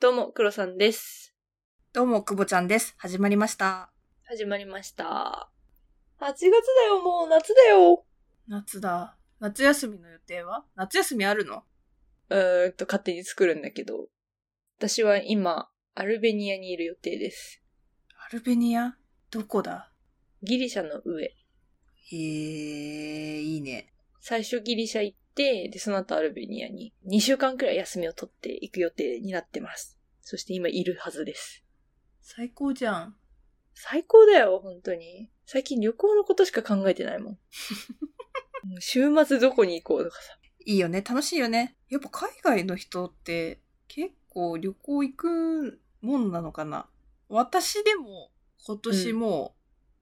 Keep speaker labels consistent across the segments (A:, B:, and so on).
A: どうも、黒さんです。
B: どうも、くぼちゃんです。始まりました。
A: 始まりました。8月だよ、もう夏だよ。
B: 夏だ。夏休みの予定は夏休みあるの
A: うーんと、勝手に作るんだけど。私は今、アルベニアにいる予定です。
B: アルベニアどこだ
A: ギリシャの上。
B: へえ、いいね。
A: 最初ギリシャ行って、で、その後アルベニアに2週間くらい休みを取っていく予定になってます。そして今いるはずです。
B: 最高じゃん。
A: 最高だよ、本当に。最近旅行のことしか考えてない もん。もう週末どこに行こうとかさ。
B: いいよね。楽しいよね。やっぱ海外の人って結構旅行行くもんなのかな私でも今年も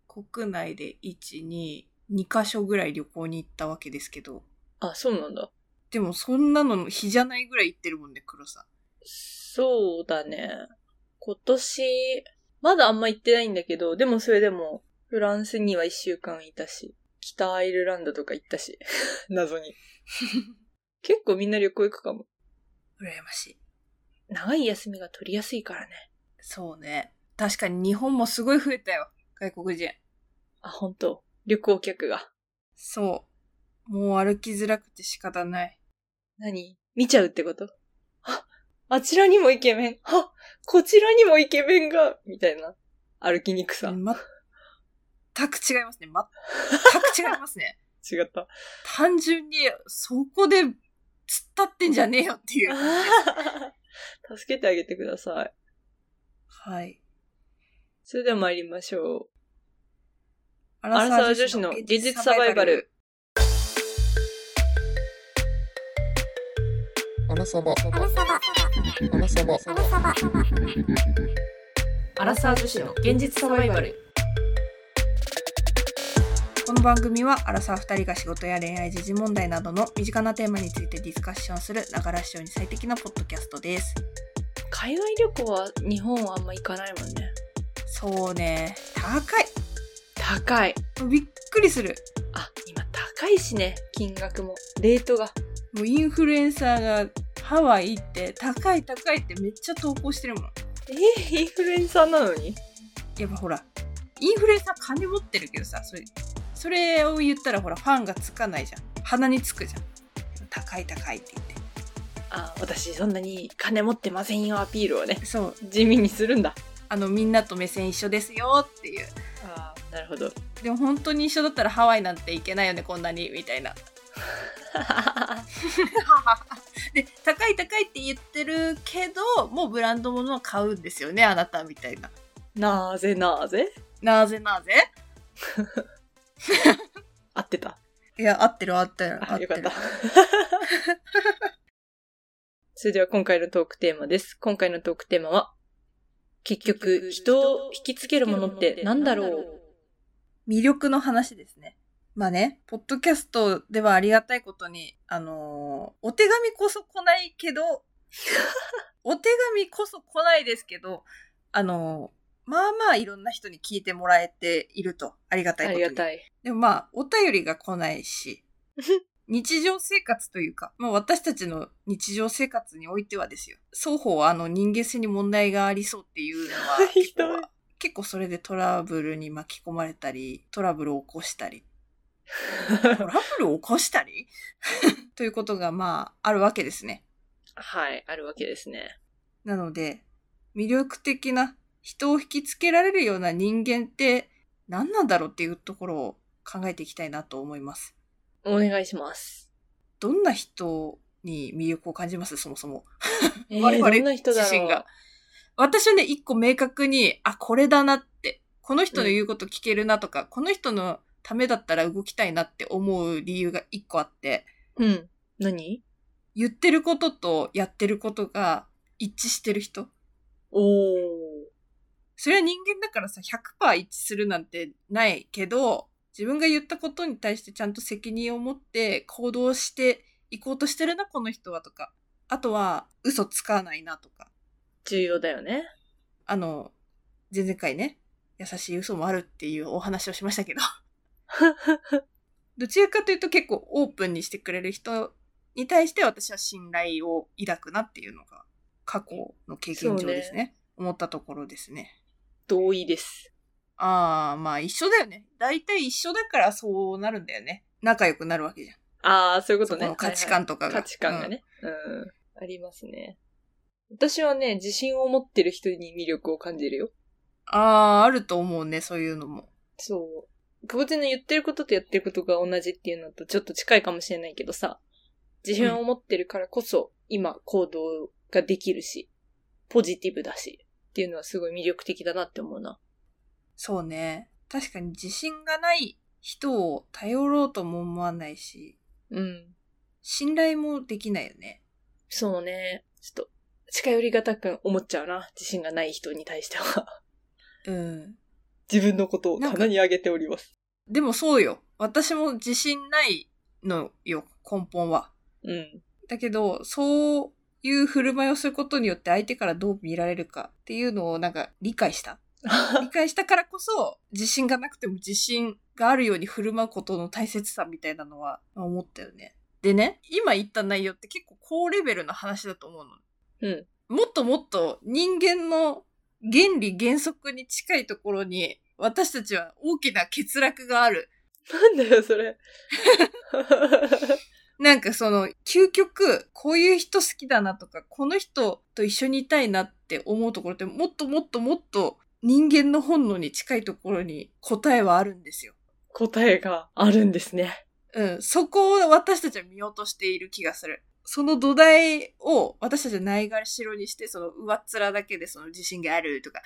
B: 国内で1、2、2箇所ぐらい旅行に行ったわけですけど。
A: あ、そうなんだ。
B: でもそんなの日じゃないぐらい行ってるもんね、黒 さん。
A: そうだね。今年、まだあんま行ってないんだけど、でもそれでも、フランスには一週間いたし、北アイルランドとか行ったし、 謎に。結構みんな旅行行くかも。
B: 羨ましい。
A: 長い休みが取りやすいからね。
B: そうね。確かに日本もすごい増えたよ。外国人。
A: あ、本当旅行客が。
B: そう。もう歩きづらくて仕方ない。
A: 何見ちゃうってことあ、あちらにもイケメン。あ、こちらにもイケメンが。みたいな。歩きにくさ。
B: まったく違いますね。まったく違います ね。
A: 違った。
B: 単純に、そこで突っ立ってんじゃねえよっていう。
A: 助けてあげてください。
B: はい。
A: それでは参りましょう。アラサー女子の現実サバイバル。。
C: アラサバ。アラサバ。アラサバ。
D: アラサー女子の現実サバイバル
B: この番組は、アラサー二人が仕事や恋愛、時事問題などの身近なテーマについてディスカッションする、ながら視聴に最適なポッドキャストです。
A: 海外旅行は日本はあんま行かないもんね。
B: そうね。高い。
A: 高い。
B: びっくりする。
A: あ、今高いしね、金額も。レートが。
B: もうインフルエンサーがハワイ行って高い高いってめっちゃ投稿してるもん。
A: えー、インフルエンサーなのに
B: やっぱほら、インフルエンサー金持ってるけどさ、それそれを言ったらほらファンがつかないじゃん。鼻につくじゃん。高い高いって言っ
A: あ、私そんなに金持ってませんよアピールをね
B: て。、そう、
A: 地味にするんだ。
B: あのみんなと目線一緒ですよっていう。
A: あーなるほど。
B: でも本当に一緒だったらハワイなんて行けないよね、こんなに、みたいな。で、高い高いって言ってるけど、もうブランド物を買うんですよね、あなたみたいな。
A: なぜなぜ
B: なぜなぜ
A: 合ってた。
B: いや、合ってる合ってる。合
A: あ、
B: て
A: よ
B: る
A: かった。 それでは今回のトークテーマです。今回のトークテーマは、結局、人を引きつけるものってなんだろう
B: 魅力の話ですね。まあね、ポッドキャストではありがたいことに、あのーお手紙こそ来ない けど、お手紙こそ来ないですけど、あのーまあまあいろんな人に聞いてもらえていると、ありがたい
A: あ
B: こと
A: り
B: に
A: がたい。
B: でもまあ、お便りが来な いし、日常生活というか、まあ私たちの日常生活においてはですよ、双方あの人間性に問題がありそうっていう のは
A: ひ
B: 結
A: どい
B: 構、結構それでトラブルに巻き込まれたり、トラブルを起こしたり、ト ラブルを起こしたり ということがまああるわけですね。
A: はい、あるわけですね。
B: なので、魅力的な人を引きつけられるような人間って何なんだろうっていうところを考えていきたいなと思います。
A: お願いします。
B: どんな人に魅力を感じますそもそも。
A: えー
B: 我々
A: どんな人だろう
B: 自身が。私はね、一個明確に、あ、これだなって、この人の言うこと聞けるなとか、この人のためだったら動きたいなって思う理由が一個あって、
A: うん。何
B: 言ってることとやってることが一致してる人。
A: おー。
B: それは人間だからさ、100%一致するなんてないけど、自分が言ったことに対してちゃんと責任を持って行動していこうとしてるな、この人はとか。あとは、嘘つかないなとか。
A: 重要だよね。
B: あの、前々回ね、優しい嘘もあるっていうお話をしましたけ ど。どちらかというと結構オープンにしてくれる人に対して私は信頼を抱くなっていうのが過去の経験上ですね思ったところですね
A: 同意です。
B: ああまあ一緒だよね大体一緒だからそうなるんだよね仲良くなるわけじゃん
A: ああ、そういうこと
B: そこ
A: ね
B: の。価値観とか
A: はいは
B: が、
A: い価値観がね、うん。ありますね。私はね、自信を持ってる人に魅力を感じるよ。
B: うん、あああると思うねそういうのも
A: そう。久保ちゃんの言ってることとやってることが同じっていうのとちょっと近いかもしれないけどさ、自信を持ってるからこそ今行動ができるし、ポジティブだしっていうのはすごい魅力的だなって思うな。
B: そうね確かに自信がない人を頼ろうとも思わないし
A: うん。
B: 信頼もできないよね
A: そうね。ちょっと近寄りがたく思っちゃうな。自信がない人に対しては。
B: うん
A: 自分のことを棚にあげております。
B: でもそうよ。私も自信ないのよ、根本は。
A: うん。
B: だけど、そういう振る舞いをすることによって相手からどう見られるかっていうのをなんか理解した。理解したからこそ、自信がなくても自信があるように振る舞うことの大切さみたいなのはまあ思ったよね。でね、今言った内容って結構高レベルな話だと思うの。
A: うん。
B: もっともっと人間の原理原則に近いところに、私たちは大きな欠落がある。
A: なんだよ、それ。
B: なんかその、究極、こういう人好きだなとか、この人と一緒にいたいなって思うところって、もっともっともっと人間の本能に近いところに答えはあるんですよ。
A: 答えがあるんですね。
B: うん、そこを私たちは見落としている気がする。その土台を私たちはないがしろにして、その上っ面だけでその自信があるとか、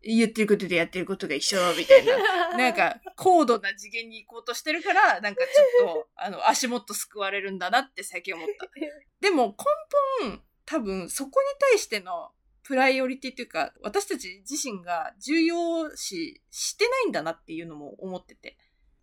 B: 言ってることとやってることが一緒みた いな。なんか、高度な次元に行こうとしてるから、なんかちょっと、あの、足元救われるんだなって最近思った。でも根本、多分そこに対してのプライオリティというか、私たち自身が重要視してないんだなっていうのも思ってて。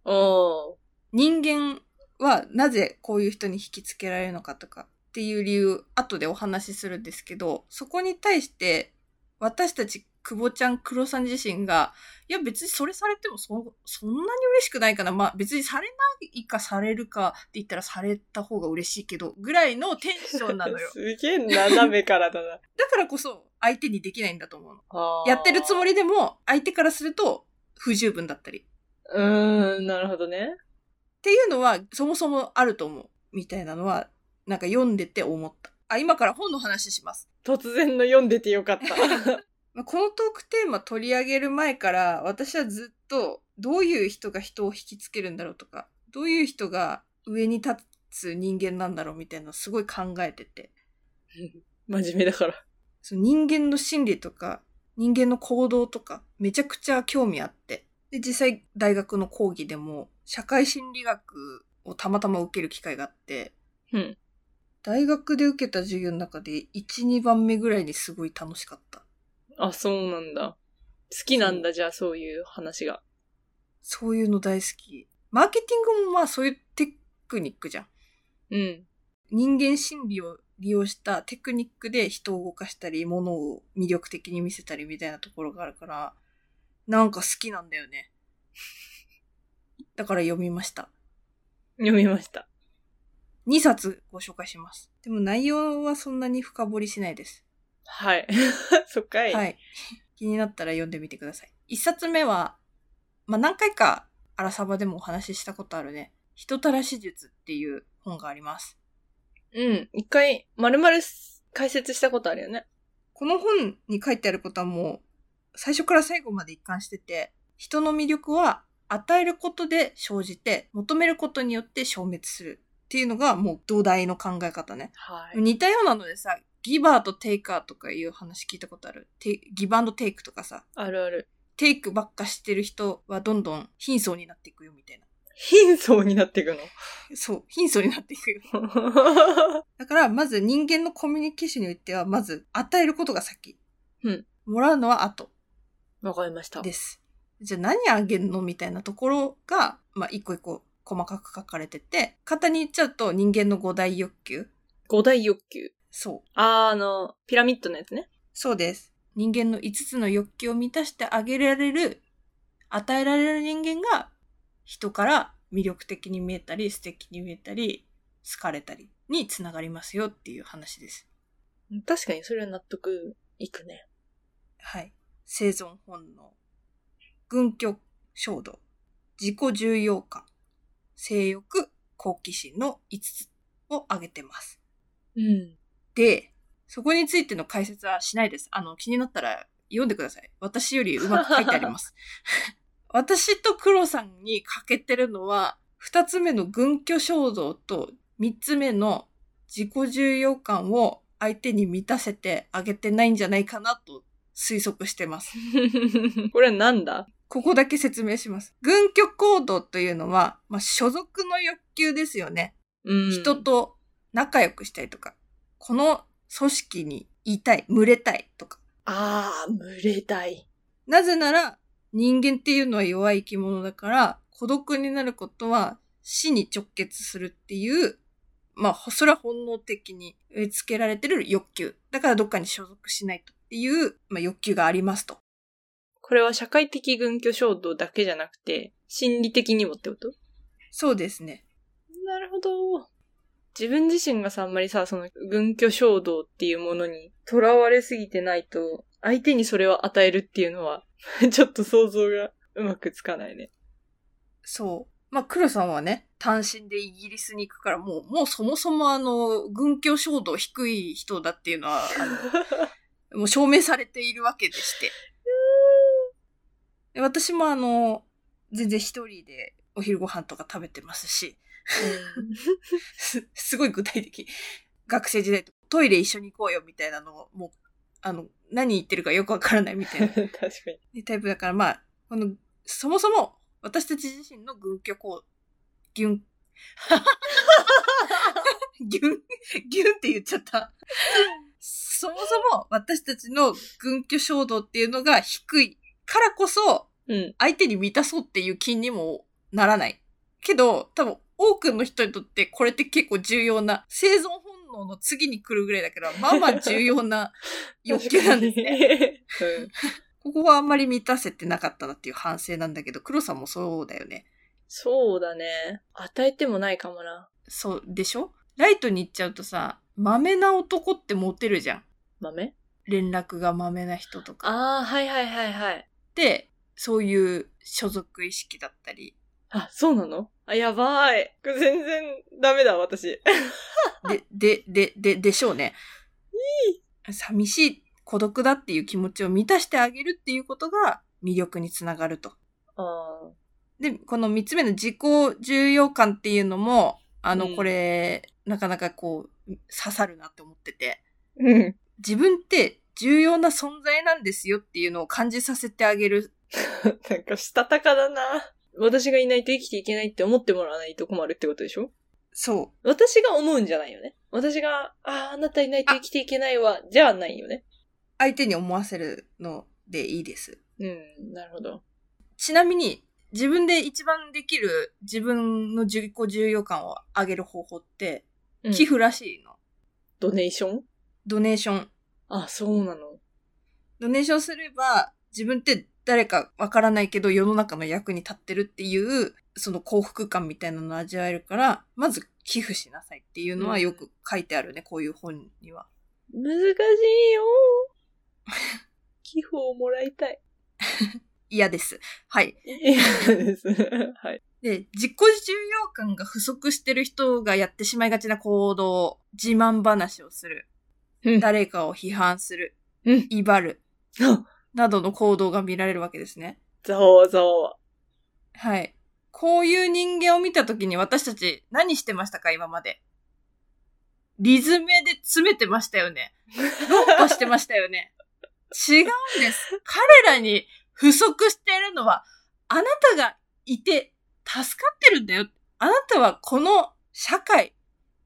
A: お
B: 人間はなぜこういう人に引きつけられるのかとかっていう理由後でお話しするんですけどそこに対して私たち久保ちゃん黒さん自身がいや別にそれされてもそそんなに嬉しくないかなまあ別にされないかされるかって言ったらされた方が嬉しいけどぐらいのテンション なのよ
A: すげえ斜めからだ な。
B: だからこそ相手にできないんだと思うの
A: あー
B: やってるつもりでも相手からすると不十分だったり
A: うーん、なるほどね。
B: っていうのはそもそもあると思うみたいなのはなんか読んでて思ったあ今から本の話します
A: 突然の読んでてよかった。
B: まあこのトークテーマ取り上げる前から私はずっとどういう人が人を引きつけるんだろうとかどういう人が上に立つ人間なんだろうみたいなのをすごい考えてて
A: 真面目だから。
B: その人間の心理とか人間の行動とかめちゃくちゃ興味あってで実際大学の講義でも社会心理学をたまたま受ける機会があって
A: うん。
B: 大学で受けた授業の中で1、2番目ぐらいにすごい楽しかった。
A: あ、そうなんだ。好きなんだ、じゃあそういう話が。
B: そういうの大好き。マーケティングもまあそういうテクニックじゃん。
A: うん。
B: 人間心理を利用したテクニックで人を動かしたり、物を魅力的に見せたりみたいなところがあるから、なんか好きなんだよね。だから読みました。
A: 読みました。
B: 2冊ご紹介します。でも内容はそんなに深掘りしないです。
A: はい。 そっかい。
B: はい。気になったら読んでみてください。一冊目は、まあ、何回か、あらさばでもお話ししたことあるね。人たらし術っていう本があります。
A: うん。一回、まるまる解説したことあるよね。
B: この本に書いてあることはもう、最初から最後まで一貫してて、人の魅力は与えることで生じて、求めることによって消滅するっていうのがもう土台の考え方ね。
A: は。
B: 似たようなのでさ、ギバーとテイカーとかいう話聞いたことある。テギバーテイクとかさ、
A: あるある。
B: テイクばっかしてる人はどんどん貧相になっていくよみたいな。
A: 貧相になっていく
B: そう、貧相になっていくよ。
A: の。
B: だから、まず人間のコミュニケーションにおいては、まず与えることが先。
A: うん。
B: もらうのは後
A: わかりました。
B: です。じゃあ何あげんのみたいなところが、まあ、一個一個細かく書かれてて、簡単に言っちゃうと人間の五大欲求。
A: 五大欲求。
B: そう。
A: あー、あの、ピラミッドのやつね。
B: そうです。人間の5つの欲求を満たしてあげられる、与えられる人間が人から魅力的に見えたり、素敵に見えたり、好かれたりにつながりますよっていう話です。
A: 確かにそれは納得いくね。
B: はい。生存本能。軍居衝動。自己重要感。性欲、好奇心の5つを挙げてます。
A: うん。
B: で、そこについての解説はしないです。あの、気になったら読んでください。私よりうまく書いてあります。 私と黒さんに欠けてるのは、二つ目の軍居衝動と三つ目の自己重要感を相手に満たせてあげてないんじゃないかなと推測してます。
A: これはなんだ
B: ここだけ説明します。軍居行動というのは、まあ、所属の欲求ですよね。
A: うん
B: 人と仲良くしたいとか、この組織にいたい、群れたいとか。
A: ああ、群れたい。
B: なぜなら、人間っていうのは弱い生き物だから、孤独になることは死に直結するっていう、まあ、それは本能的に植え付けられてる欲求。だからどっかに所属しないとっていう、まあ、欲求がありますと。
A: これは社会的群居衝動だけじゃなくて、心理的にもってこと
B: そうですね。
A: なるほど。自分自身がさ、あんまりさ、その、軍居衝動っていうものに囚われすぎてないと、相手にそれを与えるっていうのは、 ちょっと想像がうまくつかないね。
B: そう。まあ、黒さんはね、単身でイギリスに行くから、もう、もうそもそもあの、軍教衝動低い人だっていうの は、あのもう証明されているわけでして。で私もあの、全然一人でお昼ご飯とか食べてますし、すすごい具体的。学生時代とトイレ一緒に行こうよみたいなのを、もう、あの、何言ってるかよくわからないみたいな
A: 確かに。
B: でタイプだから、まあ、この、そもそも、私たち自身の軍居行、ギュン、 ギュン、ギュンって言っちゃった。そもそも、私たちの軍居衝動っていうのが低いからこそ、
A: うん。
B: 相手に満たそうっていう気にもならない。けど、多分、多くの人にとってこれって結構重要な、生存本能の次に来るぐらいだから、まあまあ重要な欲求なんですね。
A: ね。 うん。
B: ここはあんまり満たせてなかったなっていう反省なんだけど、黒さんもそうだよね。
A: そうだね。与えてもないかもな。
B: そうでしょライトに行っちゃうとさ、マメな男ってモテるじゃん。
A: 豆
B: 連絡がマメな人とか。
A: ああ、はいはいはいはい。
B: で、そういう所属意識だったり。
A: あ、そうなのあ、やばーい。これ全然ダメだ、私。
B: で、で、で、で、でしょうね。寂しい、孤独だっていう気持ちを満たしてあげるっていうことが魅力につながると。
A: ああ。
B: で、この三つ目の自己重要感っていうのも、あの、
A: うん
B: これ、なかなかこう、刺さるなって思ってて。
A: うん。
B: 自分って重要な存在なんですよっていうのを感じさせてあげる。
A: なんか、したたかだな。私がいないと生きていけないって思ってもらわないと困るってことでしょ
B: そ
A: 私が思うんじゃないよね。私が、ああ、あなたいないと生きていけないわ、じゃあないよね。
B: う。相手に思わせるのでいいです。
A: うん、なるほど。
B: ちなみに、自分で一番できる自分の自己重要感を上げる方法って、
A: うん
B: 寄付らしいの。
A: ドネーション
B: ドネーション。
A: あ、そうなの。
B: ドネーションすれば、自分って誰かわからないけど世の中の役に立ってるっていう、その幸福感みたいなのを味わえるから、まず寄付しなさいっていうのはよく書いてあるね、こういう本には。
A: 難し いよー。寄付をもらい たい。
B: 嫌です。はい。
A: いやです。はい。
B: で、自己重要感が不足してる人がやってしまいがちな行動、自慢話をする、
A: うん
B: 誰かを批判する、
A: うん
B: 威張る、
A: あ
B: などの行動が見られるわけですね。
A: ざわざ わ。
B: はい。こういう人間を見たときに私たち何してましたか今まで。リズムで詰めてましたよね。論破してましたよね。違うんです。彼らに不足しているのは、あなたがいて助かってるんだよ。あなたはこの社会、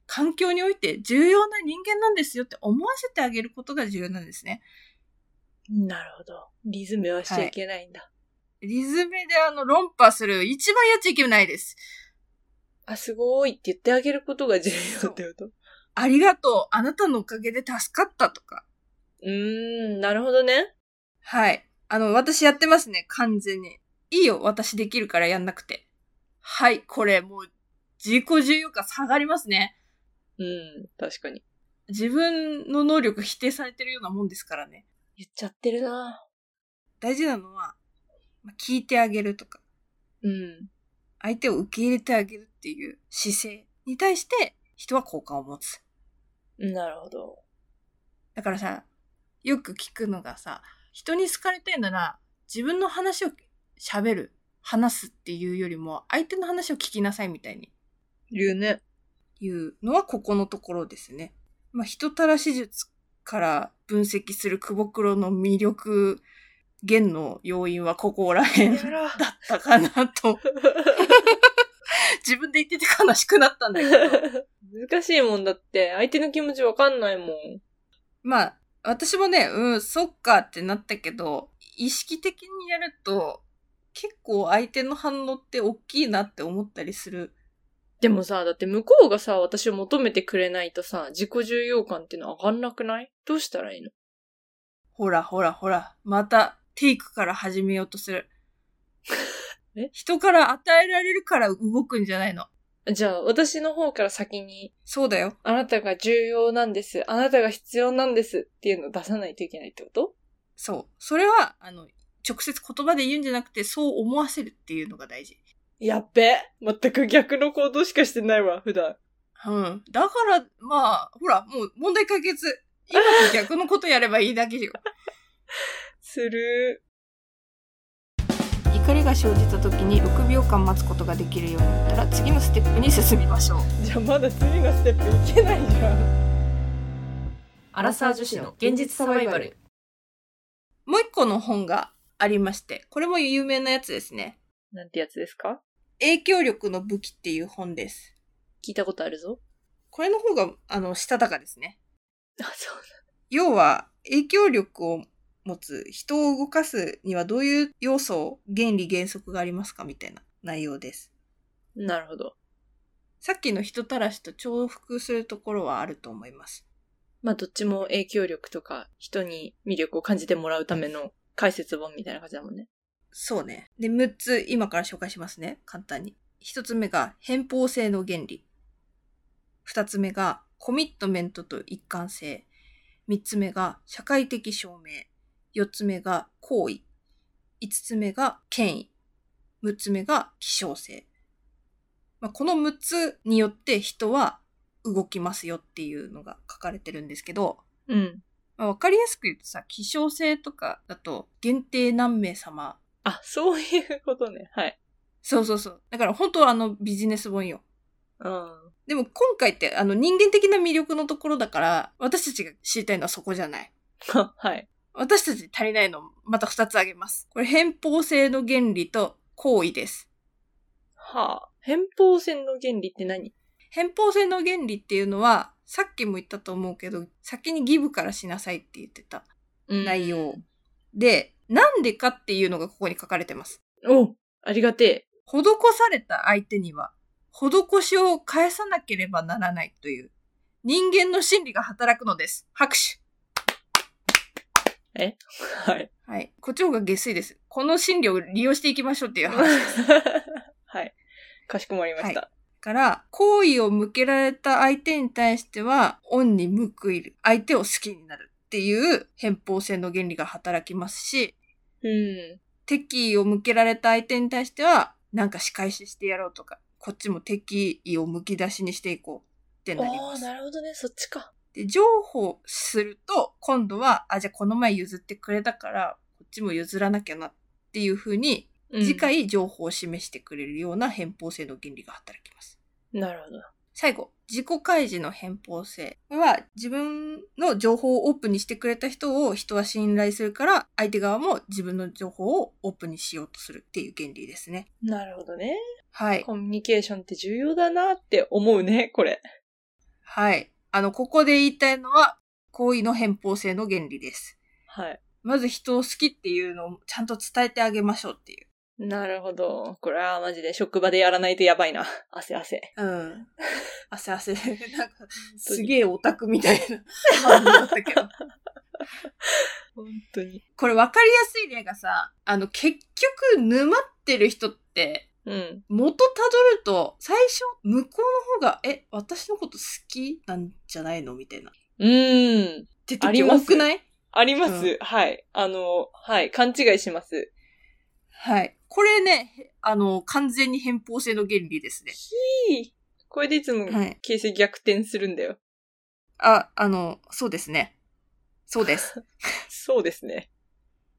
B: 環境において重要な人間なんですよって思わせてあげることが重要なんですね。
A: なるほど。リズムはしちゃいけないんだ。
B: リズムであの論破する一番やっちゃいけないです。
A: あ、すごーいって言ってあげることが重要ってこと
B: ありがとう。あなたのおかげで助かったとか。
A: うーん、なるほどね。
B: はい。あの、私やってますね。完全に。いいよ。私できるからやんなくて。はい。これ、もう、自己重要感下がりますね。
A: うん、確かに。
B: 自分の能力否定されてるようなもんですからね。
A: 言っちゃってるな
B: 大事なのは、まあ聞いてあげるとか、
A: うん。
B: 相手を受け入れてあげるっていう姿勢に対して、人は好感を持つ。
A: なるほど。
B: だからさ、よく聞くのがさ、人に好かれたいなら、自分の話を喋る、話すっていうよりも、相手の話を聞きなさいみたいに
A: 言うね。
B: いうのはここのところですね。まあ、人たらし術から分析する久保黒の魅力源の要因はここら辺だ
A: ら。
B: ったかなと。自分で言ってて悲しくなったんだけど。
A: 難しいもんだって、相手の気持ちわかんないもん。
B: まあ、私もね、うん、そっかってなったけど、意識的にやると、結構相手の反応って大きいなって思ったりする。
A: でもさ、だって向こうがさ、私を求めてくれないとさ、自己重要感っていうの上がんなくないどうしたらいいの。
B: ほらほらほら、またテイクから始めようとする
A: え
B: 人から与えられるから動くんじゃないの。
A: じゃあ、私の方から先に、
B: そうだよ。
A: あなたが重要なんです。あなたが必要なんです。っていうのを出さないといけないってこと
B: そう。それは、あの、直接言葉で言うんじゃなくて、そう思わせるっていうのが大事。
A: やっべ全く逆の行動しかしてないわ、普段。
B: うん。だから、まあ、ほら、もう問題解決。今と逆のことやればいいだけよ。
A: する。
B: 怒りが生じた時に6秒間待つことができるようになったら次のステップに進みましょう
A: じゃあまだ次のステップいけないじゃん。
D: アラサー女子の現実サバイバル
B: もう一個の本がありましてこれも有名なやつですね
A: なんてやつですか
B: 影響力の武器っていう本です
A: 聞いたことあるぞ。
B: これの方があのしたたかですね
A: あ、そう
B: 要は影響力を持つ人を動かすにはどういう要素原理原則がありますかみたいな内容です
A: なるほど。
B: さっきの人たらしと重複するところはあると思います
A: まあ、どっちも影響力とか、人に魅力を感じてもらうための解説本みたいな感じだもんね。
B: そうね。で、6つ今から紹介しますね。簡単に。1つ目が偏方性の原理。2つ目がコミットメントと一貫性。3つ目が社会的証明。4つ目が行為。5つ目が権威。6つ目が希少性。まあ、この6つによって人は動きますよっていうのが書かれてるんですけど、
A: うん。
B: まあ、わかりやすく言うとさ、希少性とかだと限定何名様
A: あ、そういうことね。はい。
B: そうそうそう。だから本当はあのビジネス本よ。
A: うん。
B: でも今回ってあの人間的な魅力のところだから、私たちが知りたいのはそこじゃない。
A: はい。
B: 私たちに足りないのまた2つあげます。これ偏方性の原理と行為です。
A: はあ。偏方線の原理って何
B: 偏方性の原理っていうのは、さっきも言ったと思うけど、先にギブからしなさいって言ってた内容。で、なんでかっていうのがここに書かれてます。
A: おありがて
B: 施された相手には、施しを返さなければならないという、人間の心理が働くのです。拍手。
A: え。はい。
B: はい。こっちの方が下水です。この心理を利用していきましょうっていう話です
A: はい。かしこまりました。
B: から、好意を向けられた相手に対しては、恩に報いる。相手を好きになるっていう偏方性の原理が働きますし、
A: うん。
B: 敵意を向けられた相手に対しては、なんか仕返ししてやろうとか、こっちも敵意をむき出しにしていこうってなり
A: あ
B: ま
A: あ、
B: す。
A: なるほどね。そっちか。
B: で、譲歩すると、今度は、あ、じゃあこの前譲ってくれたから、こっちも譲らなきゃなっていう風に、
A: うん
B: 次。回情報を示してくれるような偏方性の原理が働きます。
A: なるほど。
B: 最後、自己開示の偏方性は、自分の情報をオープンにしてくれた人を人は信頼するから、相手側も自分の情報をオープンにしようとするっていう原理ですね。
A: なるほどね。
B: はい。
A: コミュニケーションって重要だなって思うね、これ。
B: はい。あの、ここで言いたいのは、行為の偏方性の原理です。
A: はい。
B: まず人を好きっていうのをちゃんと伝えてあげましょうっていう。
A: なるほど。これはマジで職場でやらないとやばいな。汗汗。
B: うん。汗汗。 なんか、すげえオタクみたいな反応だったけど。
A: 本当に。
B: これ分かりやすい例がさ、あの、結局沼ってる人って、
A: うん。
B: 元たどると、最初、向こうの方が、え、私のこと好きなんじゃないのみたいな。
A: うーん。
B: って
A: あり
B: 時
A: ま
B: 多
A: す
B: くない
A: あります、
B: うん
A: はい。あの、はい。勘違いします。
B: はい。これね、へあの、完全に偏方性の原理ですね。
A: いいこれでいつも
B: はい。
A: 形勢逆転するんだよ。
B: あ、あの、そうですね。そうです。
A: そうですね。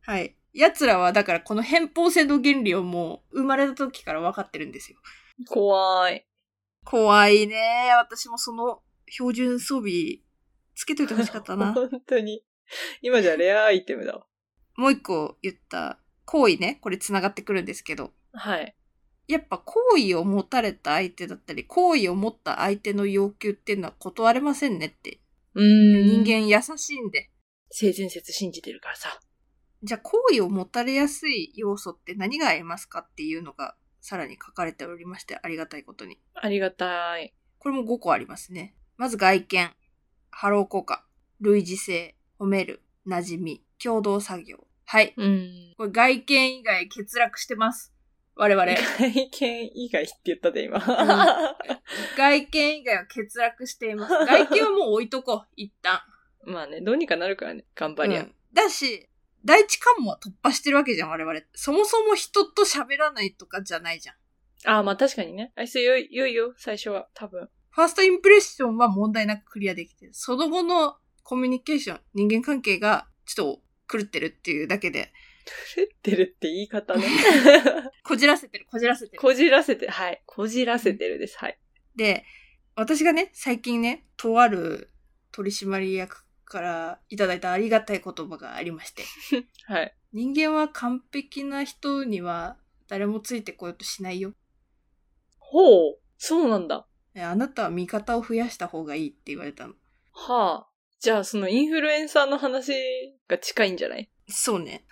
B: はい。奴らは、だからこの偏方性の原理をもう、生まれた時から分かってるんですよ。
A: 怖い。
B: 怖いね。私もその、標準装備、つけといてほしかっ たな。
A: 本当に。今じゃレアアイテムだわ。
B: もう一個言った、行為ね。これ繋がってくるんですけど。
A: はい。
B: やっぱ好意を持たれた相手だったり、好意を持った相手の要求っていうのは断れませんねって。
A: うーん。
B: 人。間優しいんで。
A: 性善説信じてるからさ。
B: じゃあ好意を持たれやすい要素って何がありますかっていうのがさらに書かれておりましてありがたいことに。
A: ありがたい。
B: これも5個ありますね。まず外見、ハロー効果、類似性、褒める、馴染み、共同作業。はい。
A: うーん。
B: これ外見以外欠落してます。我々。
A: 外見以外って言ったで、今。
B: 外見以外は欠落しています。外見はもう置いとこう。一旦。
A: まあね、どうにかなるからね。頑張りゃ。
B: うんだし、第一関門は突破してるわけじゃん、我々。そもそも人と喋らないとかじゃないじゃん。
A: ああ、まあ確かにね。あいつよいよいよ、最初は。多分。
B: ファーストインプレッションは問題なくクリアできてる。その後のコミュニケーション、人間関係がちょっと狂ってるっていうだけで、
A: 狂ってるって言い方ね。
B: こじらせてる、こじらせて る。
A: こじらせて、はい。こじらせてるです。はい。
B: で、私がね、最近ね、とある取締役からいただいたありがたい言葉がありまして、
A: はい。
B: 人間は完璧な人には誰もついてこようとしないよ。
A: ほう。そうなんだ。
B: ねあなたは味方を増やした方がいいって言われたの。
A: はあ。じゃあ、そのインフルエンサーの話が近いんじゃない
B: そうね。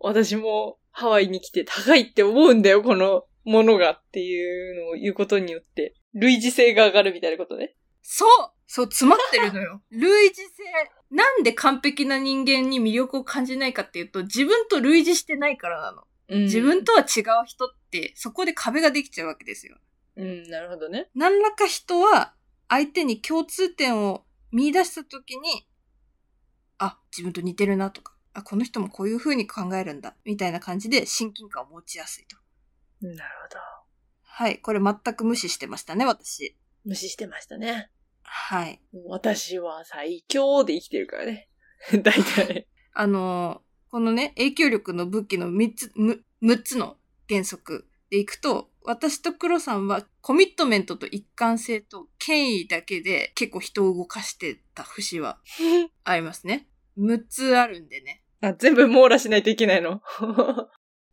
A: 私もハワイに来て高いって思うんだよ、このものがっていうのを言うことによって、類似性が上がるみたいなことね。
B: そうそう、詰まってるのよ。類似性。なんで完璧な人間に魅力を感じないかっていうと、自分と類似してないからなの。
A: うん
B: 自分とは違う人って、そこで壁ができちゃうわけですよ。
A: うん、なるほどね。
B: 何らか人は、相手に共通点を見出したときに、あ、自分と似てるなとか、あ、この人もこういう風に考えるんだ、みたいな感じで親近感を持ちやすいと。
A: なるほど。
B: はい、これ全く無視してましたね、私。
A: 無視してましたね。
B: はい。
A: 私は最強で生きてるからね。 大体。
B: あのーこのね、影響力の武器の3つ、む6つの原則でいくと、私と黒さんはコミットメントと一貫性と権威だけで結構人を動かしてた節はありますね。6つあるんでね。
A: あ、全部網羅しないといけないの。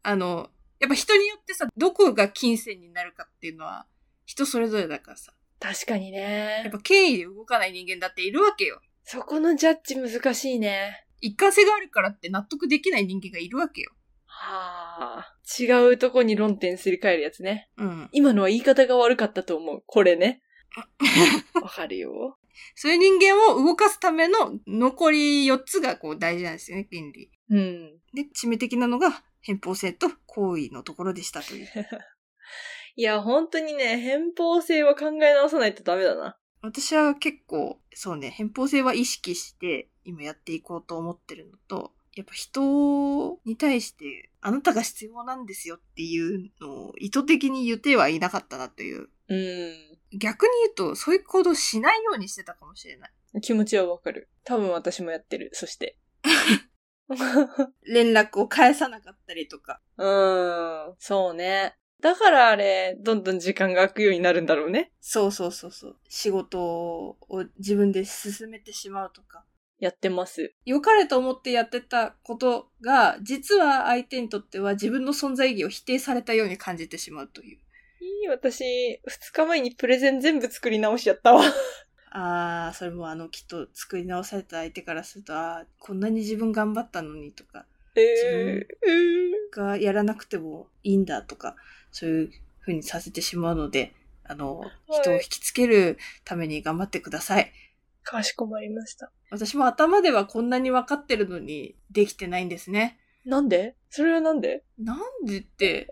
B: あの、やっぱ人によってさ、どこが金銭になるかっていうのは人それぞれだからさ。
A: 確かに
B: やっ
A: ね。
B: ぱ権威で動かない人間だっているわけよ。
A: そこのジャッジ難しいね。
B: 一貫性があるからって納得できない人間がいるわけよ。
A: はあ。違うとこに論点すり替えるやつね。
B: うん。
A: 今のは言い方が悪かったと思う。これね。 わかるよ。
B: そういう人間を動かすための残り4つがこう大事なんですよね、原理。
A: うん。
B: で、致命的なのが偏方性と行為のところでしたと いう。
A: いや、本当にね、偏方性は考え直さないとダメだな。
B: 私は結構、そうね、偏方性は意識して今やっていこうと思ってるのと、やっぱ人に対してあなたが必要なんですよっていうのを意図的に言ってはいなかったなという。
A: うん。
B: 逆に言うと、そういう行動しないようにしてたかもしれない。
A: 気持ちはわかる。多分私もやってる。そ して。
B: 連絡を返さなかったりとか。
A: うん。そうね。だからあれ、どんどん時間が空くようになるんだろうね。
B: そうそうそうそう。仕事を自分で進めてしまうとか。
A: やってます。
B: 良かれと思ってやってたことが、実は相手にとっては自分の存在意義を否定されたように感じてしまうという。
A: いい、私、二日前にプレゼン全部作り直しちゃったわ。
B: ああ、それもあの、きっと作り直された相手からすると、ああ、こんなに自分頑張ったのにとか、
A: え
B: 自
A: ー、うん
B: がやらなくてもいいんだとか、そういう風にさせてしまうので、あの、
A: い
B: 人を引きつけるために頑張ってください。
A: かしこまりました。
B: 私も頭ではこんなに分かってるのに、できてないんですね。
A: なんでそれはなんで
B: なんでって、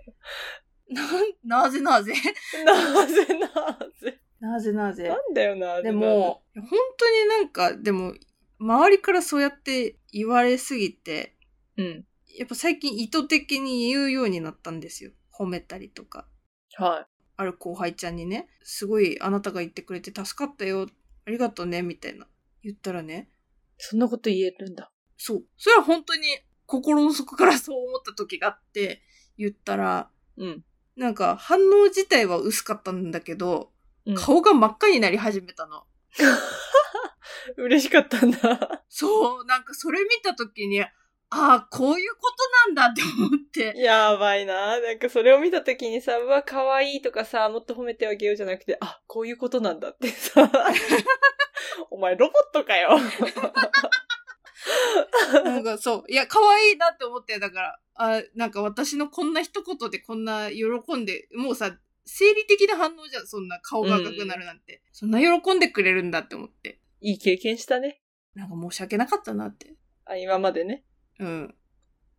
B: なん、なぜなぜ
A: なぜなぜ
B: なぜな ぜ
A: な。んだよな、
B: でも、本当になんか、でも、周りからそうやって言われすぎて、
A: なんだうん。
B: やっぱ最近意図的に言うようになったんですよ。褒めたりとか。
A: は
B: ある後輩ちゃんにね、すごいあなたが言ってくれて助かったよ。ありがとうね、みたいな。言ったらね、
A: い。そんなこと言えるんだ。
B: そう。それは本当に心の底からそう思った時があって言ったら、
A: うん。
B: なんか反応自体は薄かったんだけど、
A: うん
B: 顔が真っ赤になり始めたの。
A: 嬉しかったんだ。
B: そう、なんかそれ見た時に、ああ、こういうことなんだって思 って。
A: やばいな。なんかそれを見たときにさ、うわ、可愛いとかさ、もっと褒めてあげようじゃなくて、あ、こういうことなんだって さ。お前ロボットかよ。
B: なんかそう、いや、可愛いなって思って、だから、あなんか私のこんな一言でこんな喜んで、もうさ、生理的な反応じゃん、そんな顔が赤くなるなんて。そんな喜んでくれるんだって思って。
A: いい経験したね。
B: なんか申し訳なかったなって。
A: あ、今までね。
B: うん。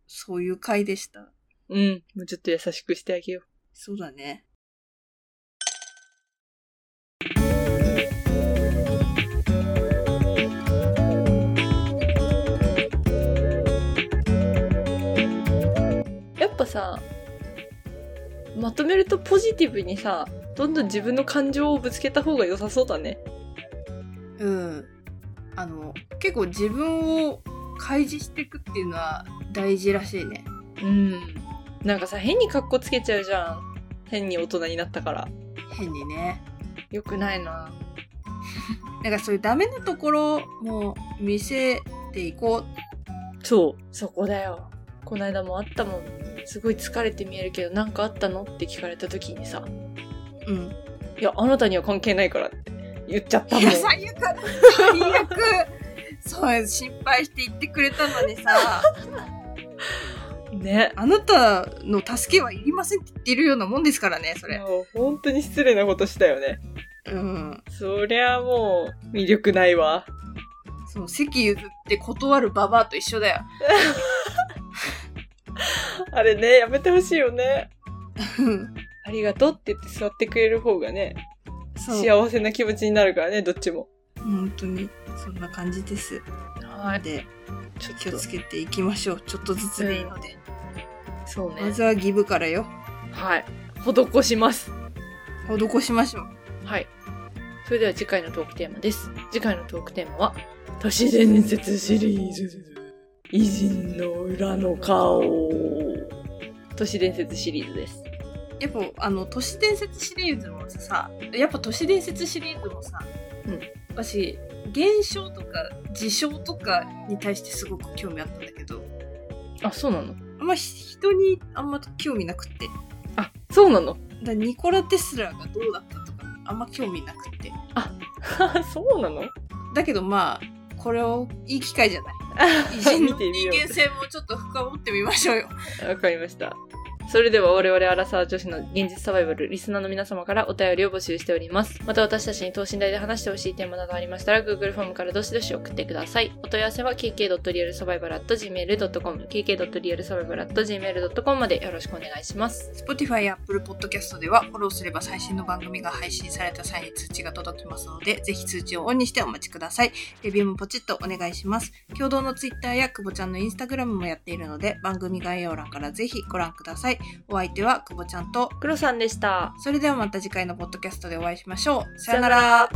B: そういう回でした。
A: うん。もうちょっと優しくしてあげよう。
B: そうだね。
A: やっぱさ、まとめるとポジティブにさ、どんどん自分の感情をぶつけた方が良さそうだね。
B: うん。あの、結構自分を開示していくっていうのは大事らしいね。
A: うん。なんかさ、変に格好つけちゃうじゃん。変に大人になったから。
B: 変にね。
A: よくないな。
B: なんかそういうダメなところも見せていこ
A: そう。そこだよ。こないだもあったもん。すごい疲れて見えるけど、なんかあったのって聞かれた時にさ、
B: う。うん。
A: いや、あなたには関係ないからって言っちゃったもん。
B: いや、最悪最 悪そう、心配して言ってくれたのにさ、
A: ね。
B: あなたの助けはいりませんって言ってるようなもんですからね、そ
A: いや
B: れ。
A: 本当に失礼なことしたよね。
B: うん。
A: そりゃもう、魅力ないわ。
B: そう、席譲って断るババアと一緒だよ。
A: あれね、やめてほしいよね。
B: うん
A: ありがとうって言って座ってくれる方がね、
B: そう。
A: 幸せな気持ちになるからね、どっちも。
B: 本当に、そんな感じです。
A: は。
B: で、
A: ち
B: 気
A: ょっ
B: を
A: と
B: つ、けていきましょう。ちょっとずつでいいので。
A: そう
B: ま
A: ね。
B: ずはギブからよ。
A: はい。施します。
B: 施しましょう。
A: はい。それでは次回のトークテーマです。次回のトークテーマは、都市伝説シリーズ、偉人の裏の顔。都市伝説シリーズです。
B: やっぱあの都市伝説シリーズもさやっぱ都市伝説シリーズもさ、
A: うん
B: 私現象とか事象とかに対してすごく興味あったんだけど
A: あ、そうなの
B: あんまひ人にあんま興味なくってだか
A: あ、そうなの
B: らニコラ・テスラがどうだったとかあんま興味なくって
A: そうなの
B: だけどまあこれをいい機会じゃない 偉人
A: 見
B: の
A: てみ
B: 人
A: よ
B: 間性もちょっと深掘ってみましょうよ
A: う。わかりました。それでは我々アラサー女子の現実サバイバルリスナーの皆様からお便りを募集しております。また私たちに等身大で話してほしいテーマなどありましたら Google フォームからどしどし送ってください。お問い合わせは kk.realsurvival.gmail.com kk.realsurvival.gmail.com までよろしくお願いします。
B: Spotify や Apple Podcast ではフォローすれば最新の番組が配信された際に通知が届きますので、ぜひ通知をオンにしてお待ちください。レビューもポチッとお願いします。共同の Twitter や久保ちゃんの Instagram もやっているので、番組概要欄からぜひご覧ください。お相手は久保ちゃんと、
A: 黒さんでした。
B: それではまた次回のポッドキャストでお会いしましょう。さよなら。